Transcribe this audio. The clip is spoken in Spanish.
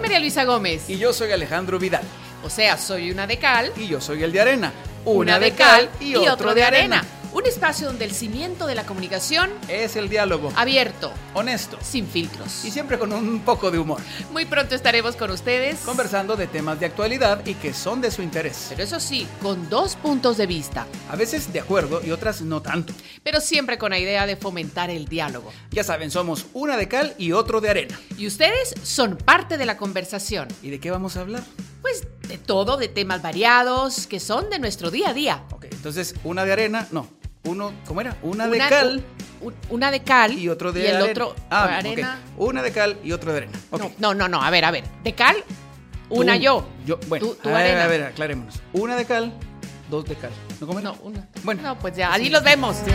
María Luisa Gómez. Y yo soy Alejandro Vidal. O sea, soy una de cal, Y yo soy el de arena. una de cal y otro de arena. Un espacio donde el cimiento de la comunicación Es el diálogo. Ah. abierto, Honesto. sin filtros. Y siempre con un poco de humor. Muy pronto estaremos con ustedes. Conversando de temas de actualidad y que son de su interés. Pero eso sí, con dos puntos de vista, A veces de acuerdo y otras no tanto. pero siempre con la idea de fomentar el diálogo. Ya saben, somos una de cal y otro de arena. Y ustedes son parte de la conversación. ¿Y de qué vamos a hablar? Pues de todo, de temas variados que son de nuestro día a día. Ok, entonces una de arena, no. Uno, ¿cómo era? Una, de Una- cal u- u- una de cal y otro de y el arena. otro Ah, ok. arena. Una de cal y otro de arena. Ok. No, no, no, no, a ver, a ver. De cal, una Tú- yo. Yo, bueno, Tú- tú a, ver, arena. a ver, aclarémonos. Una de cal, dos de cal. ¿No comen? No, una. Bueno. No, pues ya, allí los vemos. Sí.